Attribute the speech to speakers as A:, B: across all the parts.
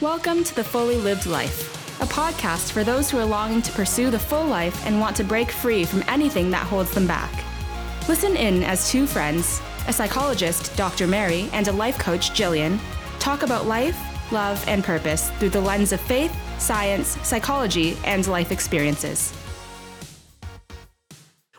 A: Welcome to The Fully Lived Life, a podcast for those who are longing to pursue the full life and want to break free from anything that holds them back. Listen in as two friends, a psychologist, Dr. Mary, and a life coach, Jillian, talk about life, love, and purpose through the lens of faith, science, psychology, and life experiences.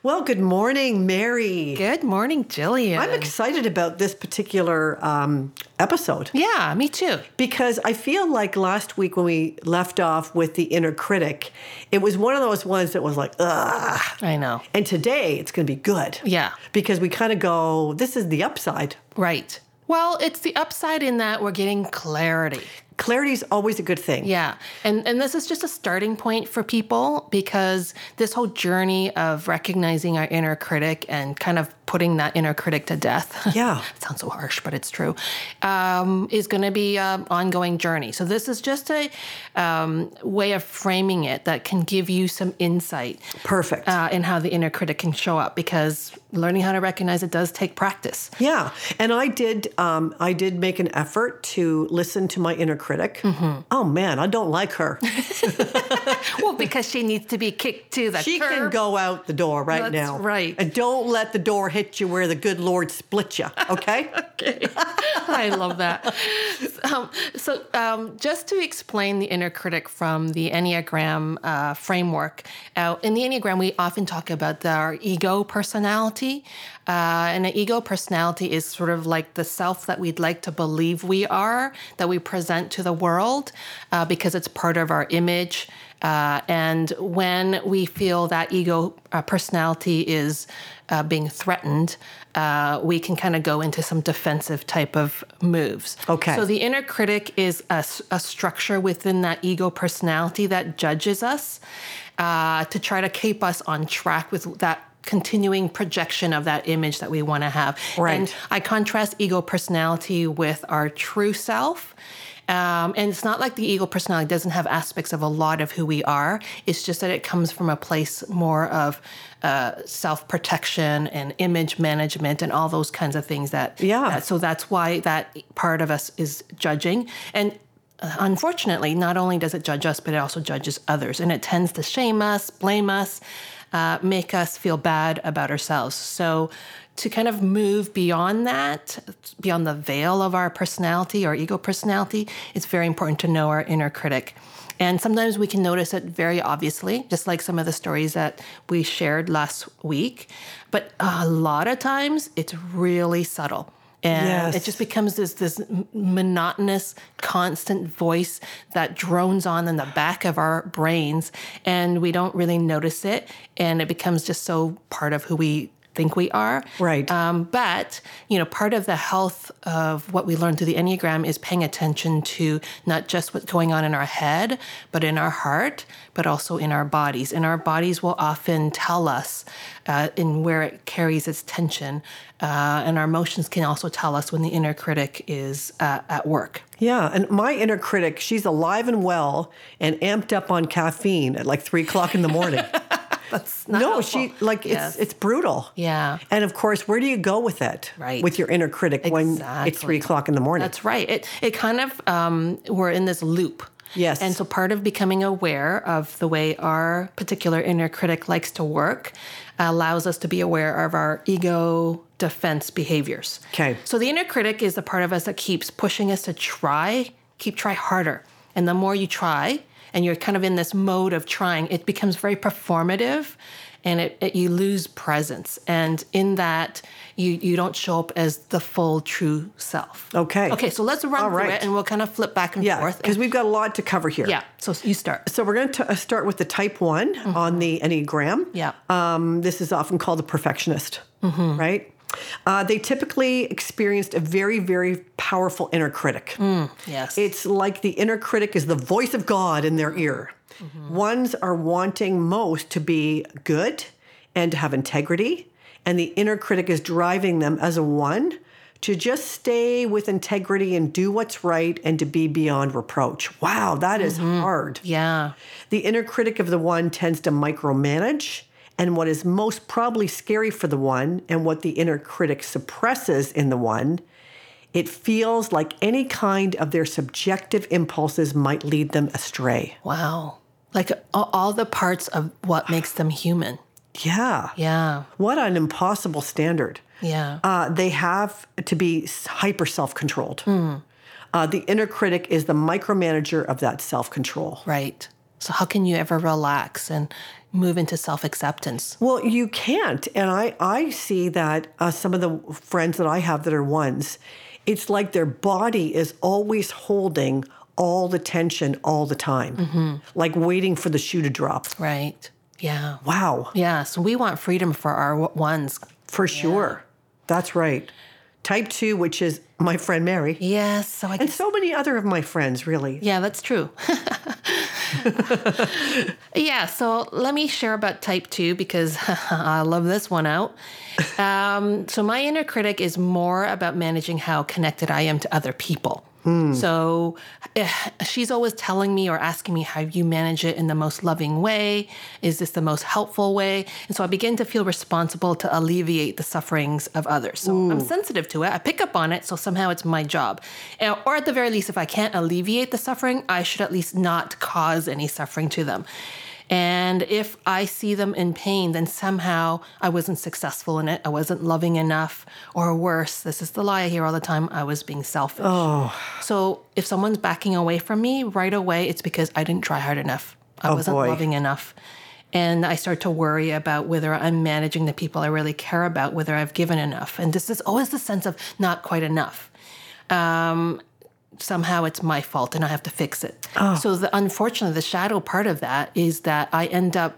B: Well, good morning, Mary.
C: Good morning, Jillian.
B: I'm excited about this particular um, episode
C: Yeah, me too.
B: because I feel like last week when we left off with the inner critic, it was one of those ones that was like, ugh.
C: I know.
B: And today it's going to be good.
C: Yeah.
B: Because we kind of go, this is the upside.
C: Right. Well, it's the upside in that we're getting clarity.
B: Clarity is always a good thing.
C: Yeah. And and this is just a starting point for people because this whole journey of recognizing our inner critic and kind of putting that inner critic to death.
B: Yeah.
C: it sounds so harsh, but it's true. Um, is going to be an ongoing journey. So this is just a um, way of framing it that can give you some insight
B: Perfect.
C: uh, in how the inner critic can show up because learning how to recognize it does take practice.
B: Yeah, and I did. Um, I did make an effort to listen to my inner critic.
C: Mm-hmm.
B: Oh man, I don't like her.
C: Well, because she needs to be kicked to the
B: She can
C: curb.
B: go out the door right
C: That's
B: now.
C: right.
B: And don't let the door hit you where the good Lord split you. Okay.
C: I love that. Um, so, um, just to explain the inner critic from the Enneagram uh, framework, uh, in the Enneagram, we often talk about the- our ego personality. Uh, and an ego personality is sort of like the self that we'd like to believe we are, that we present to the world, uh, because it's part of our image. Uh, and when we feel that ego uh, personality is uh, being threatened, uh, we can kind of go into some defensive type of moves.
B: Okay.
C: So the inner critic is a, s- a structure within that ego personality that judges us uh, to try to keep us on track with that continuing projection of that image that we want to have.
B: Right.
C: And I contrast ego personality with our true self. Um, and it's not like the ego personality doesn't have aspects of a lot of who we are. It's just that it comes from a place more of uh, self protection and image management and all those kinds of things that.
B: Yeah.
C: that- so that's why that part of us is judging. And uh, unfortunately, not only does it judge us, but it also judges others. And it tends to shame us, blame us, uh, make us feel bad about ourselves. So, to kind of move beyond that, beyond the veil of our personality or ego personality, it's very important to know our inner critic. And sometimes we can notice it very obviously, just like some of the stories that we shared last week. But a lot of times it's really subtle. And
B: Yes.
C: it just becomes this this m- monotonous, constant voice that drones on in the back of our brains, and we don't really notice it, and it becomes just so part of who we think we are.
B: Right.
C: Um, but you know, part of the health of what we learn through the enneagram is paying attention to not just what's going on in our head, but in our heart, but also in our bodies. And our bodies will often tell us uh, in where it carries its tension, uh, and our emotions can also tell us when the inner critic is uh, at work.
B: Yeah, and my inner critic, she's alive and well and amped up on caffeine at like three o'clock in the morning.
C: That's
B: no,
C: not helpful.
B: she like
C: Yes.
B: it's it's brutal.
C: Yeah.
B: And of course, where do you go with it?
C: Right.
B: With your inner critic when it's
C: Exactly.
B: three o'clock in the morning.
C: That's right. It it kind of um, we're in this loop.
B: Yes.
C: And so part of becoming aware of the way our particular inner critic likes to work allows us to be aware of our ego defense behaviors.
B: Okay.
C: So the inner critic is the part of us that keeps pushing us to try, keep try harder. And the more you try, and you're kind of in this mode of trying, it becomes very performative and it, it- you lose presence. And in that, you, you don't show up as the full true self.
B: Okay.
C: Okay, so let's run
B: All
C: through
B: right.
C: it and we'll kind of flip back and
B: yeah,
C: forth.
B: because we've got a lot to cover here.
C: yeah, Mm-hmm. so you start.
B: So we're going to start with the type one on the Enneagram.
C: Yeah.
B: Um, this is often called the perfectionist, right? Uh, they typically experienced a very, very powerful inner critic.
C: Yes.
B: It's like the inner critic is the voice of God in their ear. Ones are wanting most to be good and to have integrity, and the inner critic is driving them as a one to just stay with integrity and do what's right and to be beyond reproach. Wow, that is hard.
C: yeah.
B: The inner critic of the one tends to micromanage, and what is most probably scary for the one, and what the inner critic suppresses in the one, It feels like any kind of their subjective impulses might lead them astray.
C: Wow. Like a- all all the parts of what makes them human.
B: Yeah.
C: Yeah.
B: What an impossible standard.
C: Yeah.
B: Uh, they have to be s- hyper self controlled. Uh, the inner critic is the micromanager of that self control.
C: right. So, how can you ever relax and move into self acceptance?
B: Well, you can't. And I, I see that uh, some of the friends that I have that are ones, it's like their body is always holding all the tension all the time, like waiting for the shoe to drop.
C: Right. Yeah.
B: Wow,
C: Yeah. So, we want freedom for our w- ones.
B: for sure. That's right. Type two, which is my friend Mary,
C: Yes. So, I
B: and
C: guess.
B: so many other of my friends, really.
C: Yeah, that's true. yeah, so let me share about type two because I love this one out. Um, so, my inner critic is more about managing how connected I am to other people. So, eh, she's always telling me or asking me how you manage it in the most loving way. Is this the most helpful way? And so, I begin to feel responsible to alleviate the sufferings of others. So, I'm sensitive to it. I pick up on it. So, somehow it's my job. Eh, Or at the very least, if I can't alleviate the suffering, I should at least not cause any suffering to them. And if I see them in pain, then somehow I wasn't successful in it. I wasn't loving enough, or worse, this is the lie I hear all the time I was being selfish. So if someone's backing away from me right away, it's because I didn't try hard enough. I wasn't
B: boy.
C: loving enough. And I start to worry about whether I'm managing the people I really care about, whether I've given enough. And this is always the sense of not quite enough Um, somehow it's my fault and I have to fix it. So the unfortunately, the shadow part of that is that I end up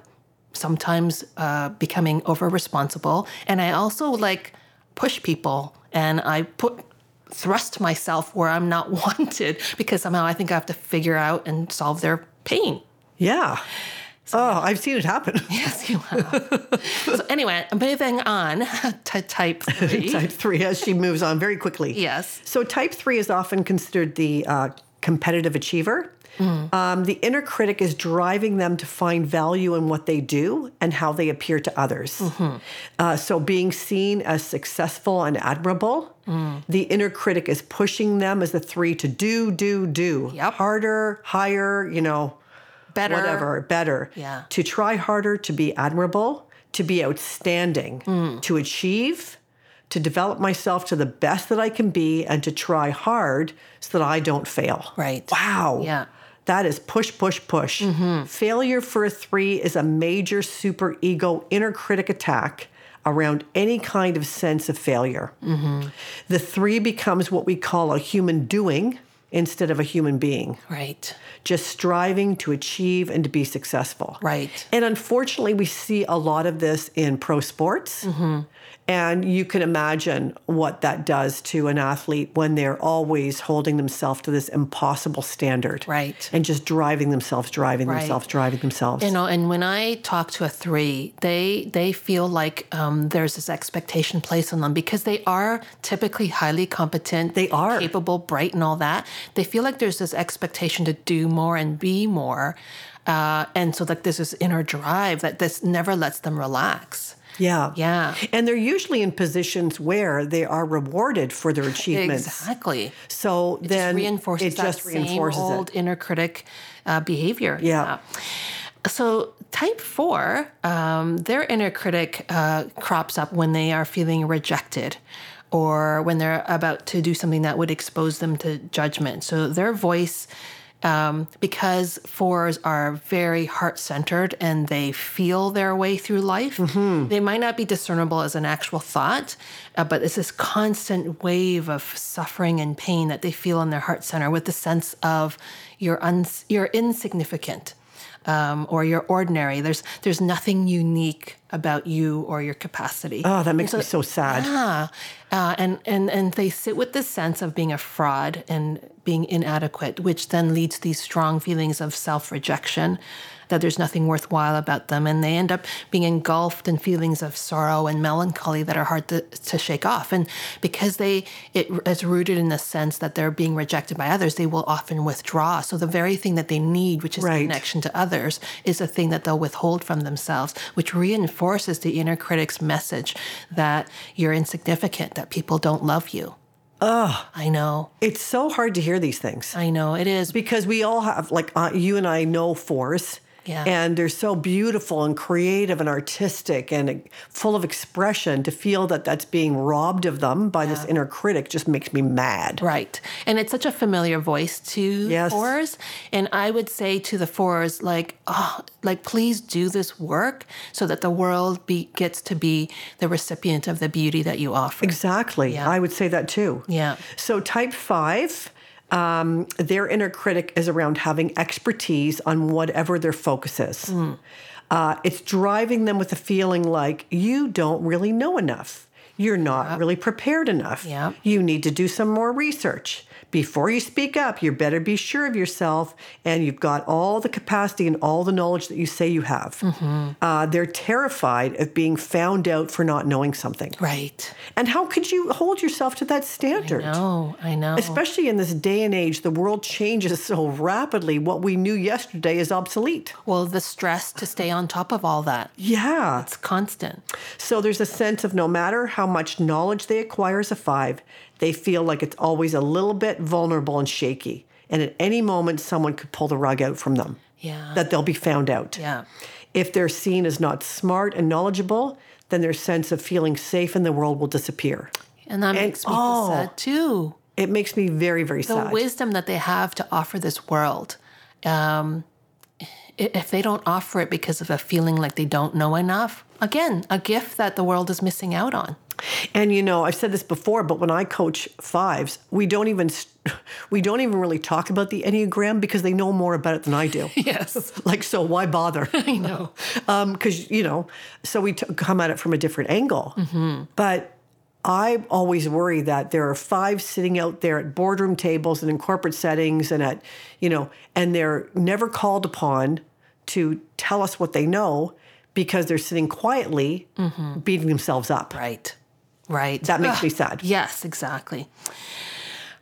C: sometimes uh, becoming over responsible, and I also like push people and I put thrust myself where I'm not wanted because somehow I think I have to figure out and solve their pain.
B: Yeah. oh, I've seen it happen.
C: Yes, you have. so anyway, moving on to type three.
B: type three as she moves on very quickly.
C: Yes.
B: So type three is often considered the uh, competitive achiever. Um, the inner critic is driving them to find value in what they do and how they appear to others. Uh, so, being seen as successful and admirable, the inner critic is pushing them as the three to do, do, do
C: Yep.
B: harder, higher, you know,
C: Better.
B: whatever, better.
C: Yeah.
B: To try harder, to be admirable, to be outstanding,
C: Mm.
B: to achieve, to develop myself to the best that I can be, and to try hard so that I don't fail.
C: Right.
B: Wow.
C: Yeah. Mm-hmm.
B: That is push, push, push. Failure for a three is a major super ego inner critic attack around any kind of sense of failure.
C: Mm-hmm.
B: The three becomes what we call a human doing instead of a human being
C: Right.
B: just striving to achieve and to be successful.
C: Right.
B: And unfortunately, we see a lot of this in pro sports.
C: Mm-hmm.
B: And you can imagine what that does to an athlete when they're always holding themselves to this impossible standard.
C: Right.
B: And just driving themselves, driving
C: Right.
B: themselves, driving themselves.
C: You know, and when I talk to a three, they they feel like um, there's this expectation placed on them because they are typically highly competent.
B: They are.
C: capable, bright, and all that. They feel like there's this expectation to do more and be more, uh, and so like there's this inner drive that this never lets them relax.
B: yeah.
C: Yeah,
B: And they're usually in positions where they are rewarded for their achievements.
C: exactly.
B: So then
C: reinforces
B: it
C: that
B: just reinforces
C: same
B: it.
C: old inner critic uh, behavior. Uh,
B: Yeah.
C: So type four, um, their inner critic uh, crops up when they are feeling rejected. Or when they're about to do something that would expose them to judgment. So their voice, um, because fours are very heart centered and they feel their way through life, they might not be discernible as an actual thought, uh, but it's this constant wave of suffering and pain that they feel in their heart center with the sense of you're, uns- you're insignificant um, or you're ordinary. There's, there's nothing unique about you or your capacity.
B: Oh, that makes me so sad.
C: Yeah, uh, and and and they sit with this sense of being a fraud and being inadequate, which then leads to these strong feelings of self-rejection, that there's nothing worthwhile about them, and they end up being engulfed in feelings of sorrow and melancholy that are hard to, to shake off. And because they it is rooted in the sense that they're being rejected by others, they will often withdraw. So the very thing that they need, which is
B: Right.
C: connection to others, is a thing that they'll withhold from themselves, which reinforces the inner critic's message that you're insignificant, that people don't love you. Oh, I know.
B: It's so hard to hear these things
C: I know. It is.
B: because we all have, like, uh, you and I know fours.
C: Yeah.
B: And they're so beautiful and creative and artistic and uh, full of expression. To feel that that's being robbed of them by this inner critic just makes me mad.
C: Right. And it's such a familiar voice to
B: Yes.
C: fours. And I would say to the fours, like, oh, like, please do this work so that the world be, gets to be the recipient of the beauty that you offer.
B: Exactly.
C: Yeah.
B: I would say that too.
C: Yeah.
B: So, type five, um, their inner critic is around having expertise on whatever their focus is.
C: Hmm.
B: Uh, it's driving them with a feeling like you don't really know enough. You're not really prepared enough.
C: Yep.
B: You need to do some more research. Before you speak up, you better be sure of yourself and you've got all the capacity and all the knowledge that you say you have.
C: Mm-hmm.
B: Uh, they're terrified of being found out for not knowing something.
C: Right.
B: And how could you hold yourself to that standard?
C: No, I know.
B: Especially in this day and age, the world changes so rapidly. What we knew yesterday is obsolete.
C: well, the stress to stay on top of all that.
B: Yeah.
C: It's constant.
B: So there's a sense of no matter how much knowledge they acquire as a five, they feel like it's always a little bit vulnerable and shaky. And at any moment, someone could pull the rug out from them,
C: Yeah.
B: that they'll be found out.
C: yeah.
B: If they're seen as not smart and knowledgeable, then their sense of feeling safe in the world will disappear.
C: And that makes me feel
B: oh.
C: sad too.
B: It makes me very, very
C: the
B: sad.
C: wisdom that they have to offer this world. Um, i- if they don't offer it because of a feeling like they don't know enough, again, a gift that the world is missing out on.
B: And you know, I've said this before, but when I coach fives, we don't even st- we don't even really talk about the enneagram because they know more about it than I do.
C: Yes.
B: like, so why bother?
C: I know.
B: Because you know, so we t- come at it from a different angle. But I always worry that there are fives sitting out there at boardroom tables and in corporate settings and at you know, and they're never called upon to tell us what they know because they're sitting quietly beating themselves up.
C: Right. Right.
B: That makes
C: Ugh.
B: me sad.
C: Yes, exactly.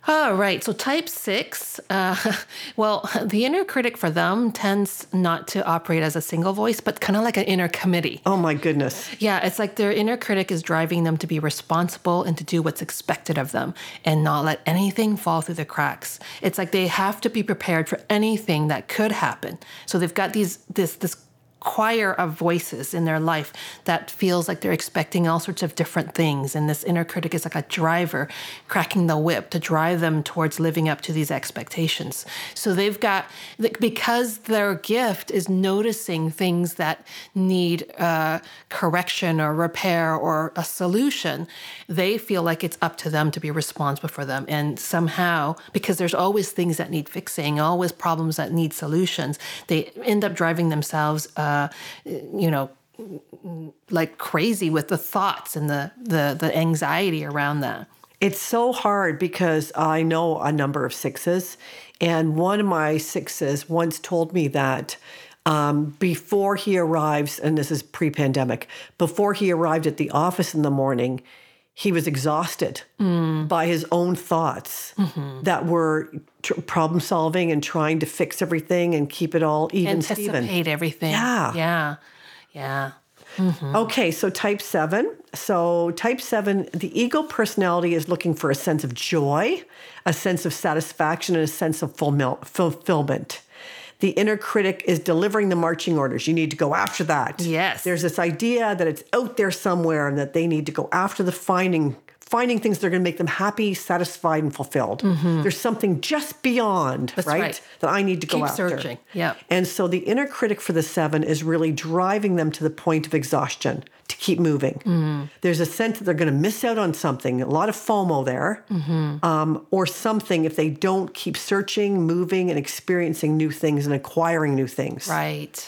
C: All right. So type six, uh, well, the inner critic for them tends not to operate as a single voice, but kind of like an inner committee.
B: Oh my goodness.
C: Yeah, it's like their inner critic is driving them to be responsible and to do what's expected of them and not let anything fall through the cracks. It's like they have to be prepared for anything that could happen. So they've got these this this choir of voices in their life that feels like they're expecting all sorts of different things and this inner critic is like a driver cracking the whip to drive them towards living up to these expectations. So they've got like, because their gift is noticing things that need uh, correction or repair or a solution, they feel like it's up to them to be responsible for them. And somehow, because there's always things that need fixing, always problems that need solutions, they end up driving themselves, uh, you know, like crazy with the thoughts and the the, the anxiety around that.
B: It's so hard because I know a number of sixes, and one of my sixes once told me that um, before he arrives, and this is pre pandemic, before he arrived at the office in the morning, he was exhausted by his own thoughts that were tr- problem solving and trying to fix everything and keep it all even, Steven.
C: Anticipate everything.
B: Yeah.
C: Yeah. Yeah. Mm-hmm.
B: Okay, so type seven. So, type seven, the ego personality is looking for a sense of joy, a sense of satisfaction, and a sense of fulmil- fulfillment. The inner critic is delivering the marching orders. You need to go after that.
C: Yes.
B: There's this idea that it's out there somewhere and that they need to go after the finding finding things that are going to make them happy, satisfied, and fulfilled. There's something just beyond, right,
C: Mm-hmm. right.
B: That I need to go
C: Keep
B: after.
C: searching. Yep.
B: And so the inner critic for the seven is really driving them to the point of exhaustion to keep moving.
C: Mm-hmm.
B: There's a sense that they're going to miss out on something, a lot of FOMO there,
C: Mm-hmm.
B: um, or something if they don't keep searching, moving, and experiencing new things and acquiring new things.
C: Right.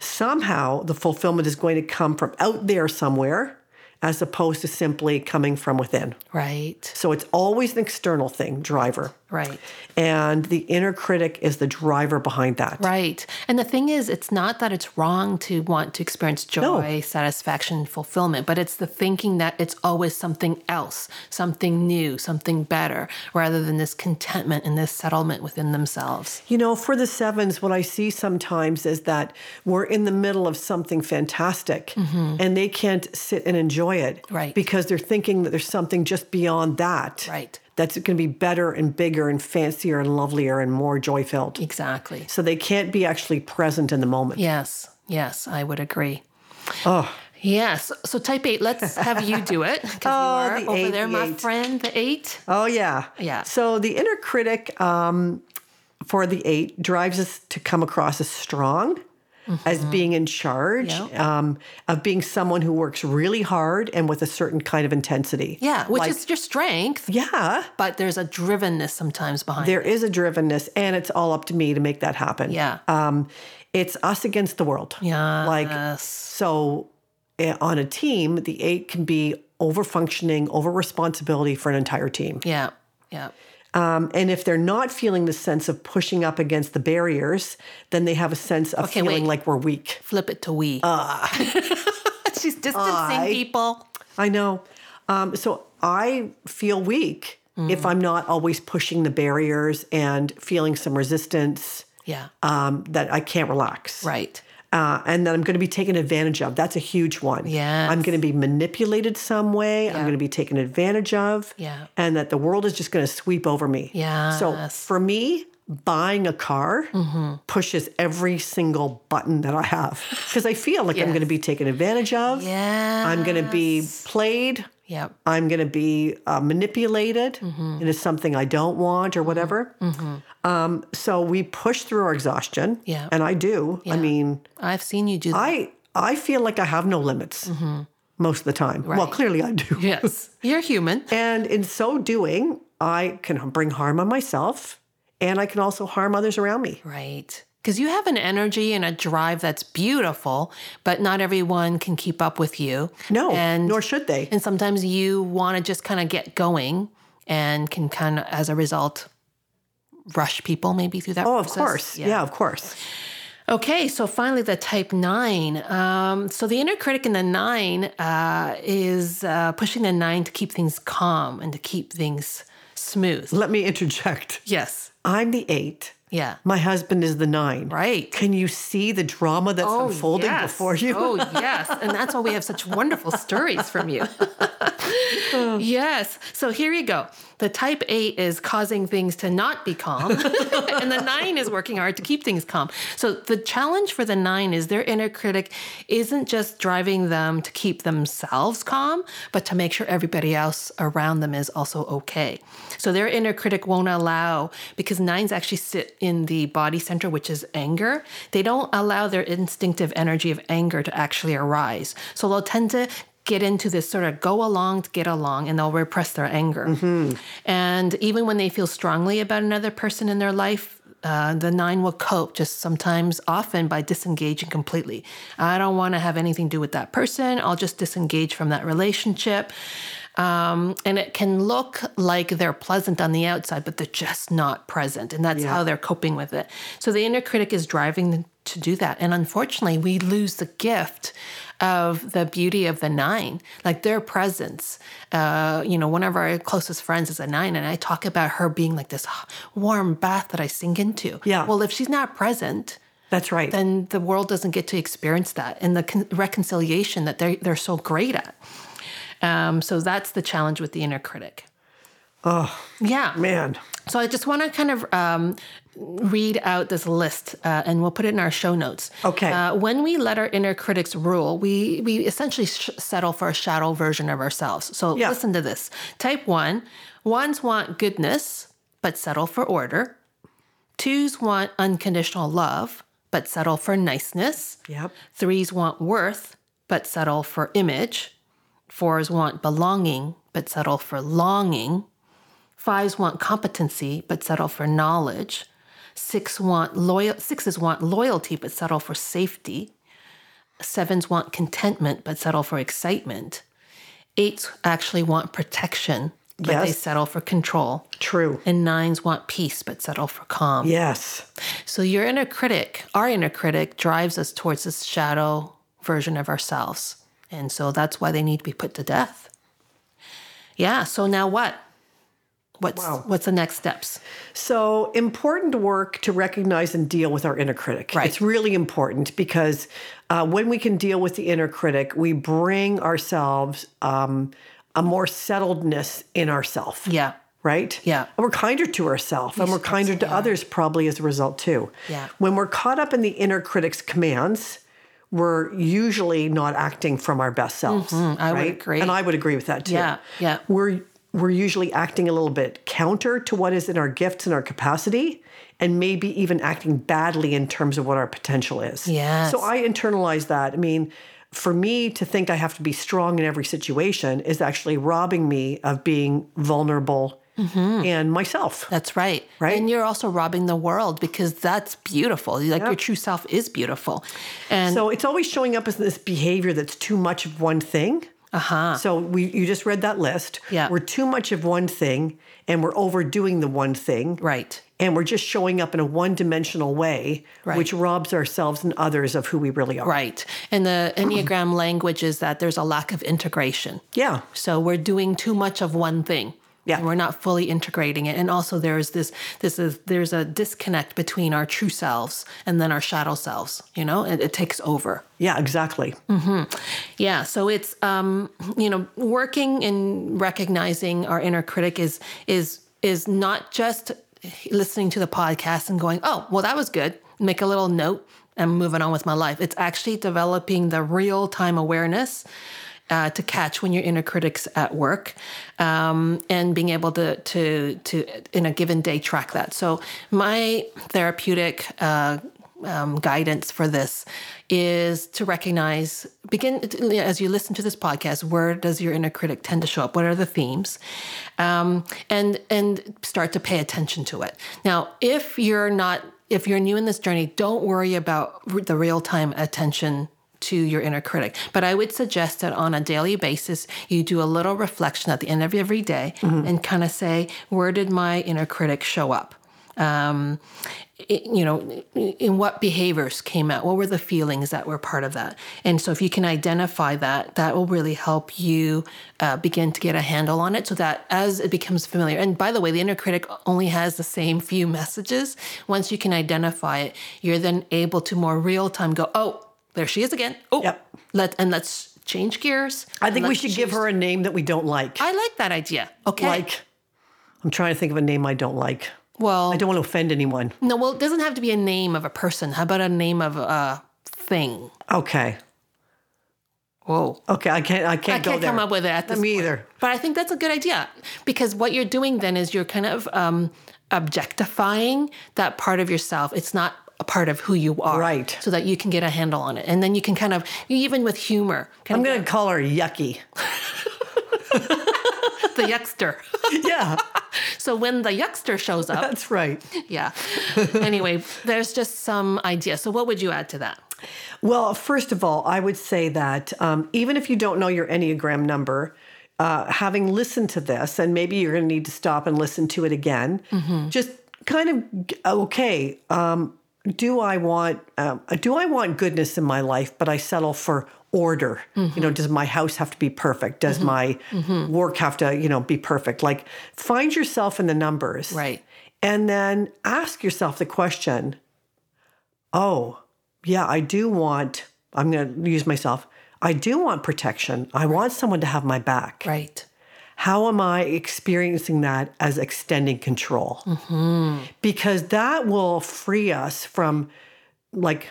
B: Somehow the fulfillment is going to come from out there somewhere as opposed to simply coming from within.
C: Right.
B: So it's always an external thing, driver.
C: Right.
B: And the inner critic is the driver behind that.
C: Right. And the thing is, it's not that it's wrong to want to experience joy, satisfaction, fulfillment, but it's the thinking that it's always something else, something new, something better, rather than this contentment and this settlement within themselves.
B: You know, for the sevens, what I see sometimes is that we're in the middle of something fantastic and they can't sit and enjoy it.
C: Mm-hmm. Right.
B: Because they're thinking that there's something just beyond that.
C: Right.
B: that's going to be better and bigger and fancier and lovelier and more joy filled.
C: E Exactly.
B: So they can't be actually present in the moment.
C: Yes. Yes, I would agree. Oh. Yes. So type eight, let's have you do it. 'cause
B: Oh, the
C: you are over
B: eight,
C: there,
B: the
C: my
B: eight.
C: friend, the eight.
B: Oh, yeah.
C: Yeah.
B: So the inner critic um, for the eight drives us to come across as strong, as
C: Mm-hmm.
B: being in charge,
C: Yeah.
B: um, of being someone who works really hard and with a certain kind of intensity.
C: Yeah, which
B: Like-
C: is your strength,
B: Yeah.
C: but there's a drivenness sometimes behind
B: There
C: it.
B: is a drivenness, and it's all up to me to make that happen.
C: Yeah.
B: Um, it's us against the world. Like,
C: Yes.
B: so eh, on a team, the eight can be over functioning, over responsibility for an entire team.
C: yeah. Yeah.
B: Um, and if they're not feeling the sense of pushing up against the barriers, then they have a sense of
C: Okay,
B: feeling
C: wait.
B: like we're weak.
C: Flip it to we.
B: Uh.
C: She's distancing people.
B: I know. Um, so I feel weak if I'm not always pushing the barriers and feeling some resistance
C: Yeah.
B: um, that I can't relax.
C: right.
B: uh, and that I'm going to be taken advantage of. That's a huge one.
C: Yes.
B: I'm going to be manipulated some way. I'm going to be taken advantage of.
C: Yeah.
B: And that the world is just going to sweep over me. So
C: Yes. Mm-hmm.
B: for me, buying a car pushes every single button that I have because I feel like I'm
C: Yes.
B: going to be taken advantage of.
C: Yeah.
B: I'm going to be played.
C: Yeah.
B: I'm going to be uh, manipulated
C: Mm-hmm.
B: into something I don't want or whatever. Um, so we push through our exhaustion.
C: Yeah.
B: And I do. I mean,
C: I've seen you do that.
B: I I feel like I have no limits most of the time. Well,
C: Mm-hmm. Right.
B: clearly I do.
C: yes. You're human.
B: And in so doing, I can bring harm on myself and I can also harm others around me.
C: Right. Because you have an energy and a drive that's beautiful, but not everyone can keep up with you.
B: No,
C: And
B: nor should they.
C: and sometimes you want to just kind of get going and can kind of as a result rush people maybe through that
B: Oh, of
C: process.
B: course. Yeah. of course.
C: Okay, so finally the type nine. Um, so the inner critic in the nine uh, is uh, pushing the nine to keep things calm and to keep things smooth.
B: Let me interject.
C: Yes.
B: I'm the eight.
C: Yeah.
B: My husband is the nine.
C: Right.
B: Can you see the drama that's
C: Oh,
B: unfolding
C: yes.
B: before you?
C: Oh, yes. And that's why we have such wonderful stories from you. yes. So here you go. The type eight is causing things to not be calm, and the nine is working hard to keep things calm. So the challenge for the nine is their inner critic isn't just driving them to keep themselves calm, but to make sure everybody else around them is also okay. So their inner critic won't allow, because nines actually sit in the body center, which is anger, they don't allow their instinctive energy of anger to actually arise. So they'll tend to get into this sort of go along to get along and they'll repress their anger. And even when they feel strongly about another person in their life, uh, the nine will cope just sometimes often by disengaging completely. I don't want to have anything to do with that person. I'll just disengage from that relationship. Um, and it can look like they're pleasant on the outside, but they're just not present. And that's how they're coping with it. So the inner critic is driving them to do that. And unfortunately, we lose the gift of the beauty of the nine, like their presence. Uh, you know, one of our closest friends is a nine, and I talk about her being like this warm bath that I sink into.
B: Yeah.
C: Well, if she's not present,
B: That's right.
C: then the world doesn't get to experience that and the con- reconciliation that they're, they're so great at. Um, so that's the challenge with the inner critic. Oh, yeah.
B: Man.
C: So I just want to kind of um, read out this list, uh, and we'll put it in our show notes.
B: Okay.
C: Uh, when we let our inner critics rule, we we essentially sh- settle for a shadow version of ourselves. So
B: Yeah.
C: listen to this. Type one: ones want goodness, but settle for order. Twos want unconditional love, but settle for niceness.
B: Yep.
C: Threes want worth, but settle for image. Fours want belonging, but settle for longing. Fives want competency, but settle for knowledge. Six want loyal. Sixes want loyalty, but settle for safety. Sevens want contentment, but settle for excitement. Eights actually want protection, but they
B: Yes.
C: settle for control.
B: True.
C: And nines want peace, but settle for calm.
B: Yes.
C: So your inner critic, our inner critic, drives us towards this shadow version of ourselves. And so that's why they need to be put to death. Yeah. So now what? What's
B: Wow.
C: what's the next steps?
B: So important work to recognize and deal with our inner critic.
C: Right.
B: It's really important because uh, when we can deal with the inner critic, we bring ourselves um, a more settledness in ourself.
C: Yeah.
B: right?
C: Yeah.
B: And we're kinder to ourselves and we're kinder to others probably as a result too.
C: Yeah.
B: When we're caught up in the inner critic's commands, we're usually not acting from our best selves.
C: Mm-hmm. I would
B: right?
C: agree.
B: And I would agree with that too.
C: Yeah, yeah.
B: We're we're usually acting a little bit counter to what is in our gifts and our capacity and maybe even acting badly in terms of what our potential is.
C: Yes.
B: So I internalize that. I mean, for me to think I have to be strong in every situation is actually robbing me of being vulnerable
C: Mm-hmm.
B: and myself.
C: That's right.
B: Right?
C: And you're also robbing the world because that's beautiful. Like your true self is beautiful. And
B: So it's always showing up as this behavior that's too much of one thing. Uh-huh. So we you just read that list.
C: Yeah.
B: We're too much of one thing and we're overdoing the one thing.
C: right.
B: And we're just showing up in a one-dimensional way,
C: Right.
B: which robs ourselves and others of who we really are.
C: Right. And the Enneagram language is that there's a lack of integration.
B: Yeah.
C: So we're doing too much of one thing.
B: Yeah.
C: And we're not fully integrating it. And also there's this this is there's a disconnect between our true selves and then our shadow selves, you know, and it takes over.
B: Yeah, exactly.
C: Mm. Yeah, so it's um, you know working and recognizing our inner critic is is is not just listening to the podcast and going, oh, well, that was good. Make a little note and moving on with my life. It's actually developing the real time awareness. Uh, to catch when your inner critic's at work, um, and being able to to to in a given day track that. So my therapeutic uh, um, guidance for this is to recognize begin as you listen to this podcast where does your inner critic tend to show up what are the themes um, and and start to pay attention to it now if you're not if you're new in this journey don't worry about r- the real-time attention to your inner critic. But I would suggest that on a daily basis, you do a little reflection at the end of every day and kind of say, where did my inner critic show up? Um, i- you know, in what behaviors came out? What were the feelings that were part of that? And so, if you can identify that, that will really help you uh, begin to get a handle on it so that as it becomes familiar, and by the way, the inner critic only has the same few messages. Once you can identify it, you're then able to more real time go, oh, there she is again. Oh,
B: Yep.
C: let and let's change gears.
B: I
C: and
B: think we
C: let's
B: should give
C: change-
B: her a name that we don't like.
C: I like that idea. Okay.
B: Like I'm trying to think of a name I don't like.
C: well,
B: I don't want to offend anyone.
C: no, well, it doesn't have to be a name of a person. How about a name of a thing?
B: Okay.
C: Whoa.
B: Okay, I can't I can't
C: I
B: go
C: can't
B: there.
C: come up with it at this
B: Me
C: point.
B: either.
C: But I think that's a good idea because what you're doing then is you're kind of um, objectifying that part of yourself. It's not a part of who you are.
B: Right.
C: So that you can get a handle on it. And then you can kind of, even with humor, kind
B: I'm
C: of
B: going to call her Yucky.
C: the yuckster.
B: Yeah,
C: so when the yuckster shows up,
B: that's right.
C: Yeah. anyway, there's just some idea. So, what would you add to that?
B: Well, first of all, I would say that um, even if you don't know your Enneagram number, uh, having listened to this, and maybe you're going to need to stop and listen to it again, just kind of g- okay. Um, do I want um, do I want goodness in my life? But I settle for order. You know, does my house have to be perfect? Does my work have to you know be perfect? Like find yourself in the numbers,
C: Right.
B: And then ask yourself the question oh, yeah, I do want, I'm going to use myself, I do want protection. I want someone to have my back.
C: Right.
B: How am I experiencing that as extending control?
C: Mm-hmm.
B: Because that will free us from, like,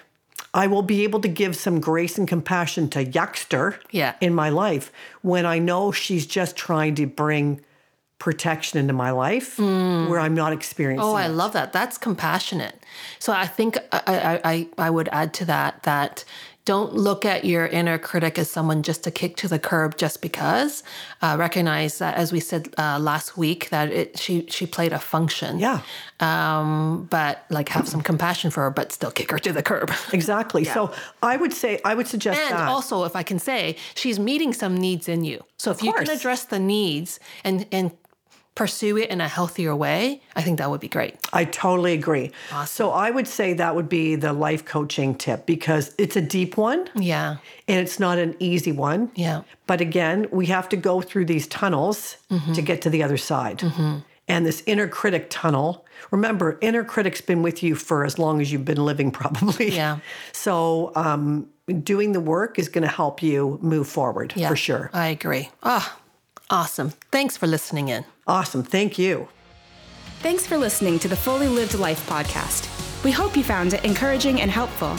B: I will be able to give some grace and compassion to Yuckster
C: Yeah.
B: in my life when I know she's just trying to bring protection into my life where I'm not experiencing.
C: Mm. Oh,
B: it.
C: I love that. That's compassionate. So, I think I, I, I, I would add to that that don't look at your inner critic as someone just to kick to the curb just because. Uh, recognize that, as we said uh, last week, that it, she she played a function.
B: yeah.
C: Um, but like have some compassion for her, but still kick her to the curb.
B: Exactly. So I would say I would suggest
C: And
B: that.
C: also, if I can say, she's meeting some needs in you. So if you
B: course.
C: can address the needs and and pursue it in a healthier way, I think that would be great.
B: I totally agree. So I would say that would be the life coaching tip because it's a deep one
C: Yeah.
B: and it's not an easy one.
C: Yeah.
B: But again, we have to go through these tunnels
C: Mm-hmm.
B: to get to the other side. And this inner critic tunnel, remember, inner critic's been with you for as long as you've been living, probably.
C: Yeah.
B: So um, doing the work is going to help you move forward
C: Yeah.
B: for sure.
C: I agree. Ah, Awesome. Thanks for listening in.
B: Awesome. Thank you.
A: Thanks for listening to the Fully Lived Life podcast. We hope you found it encouraging and helpful.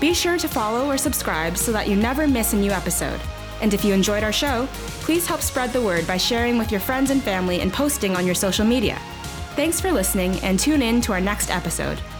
A: Be sure to follow or subscribe so that you never miss a new episode. And if you enjoyed our show, please help spread the word by sharing with your friends and family and posting on your social media. Thanks for listening and tune in to our next episode.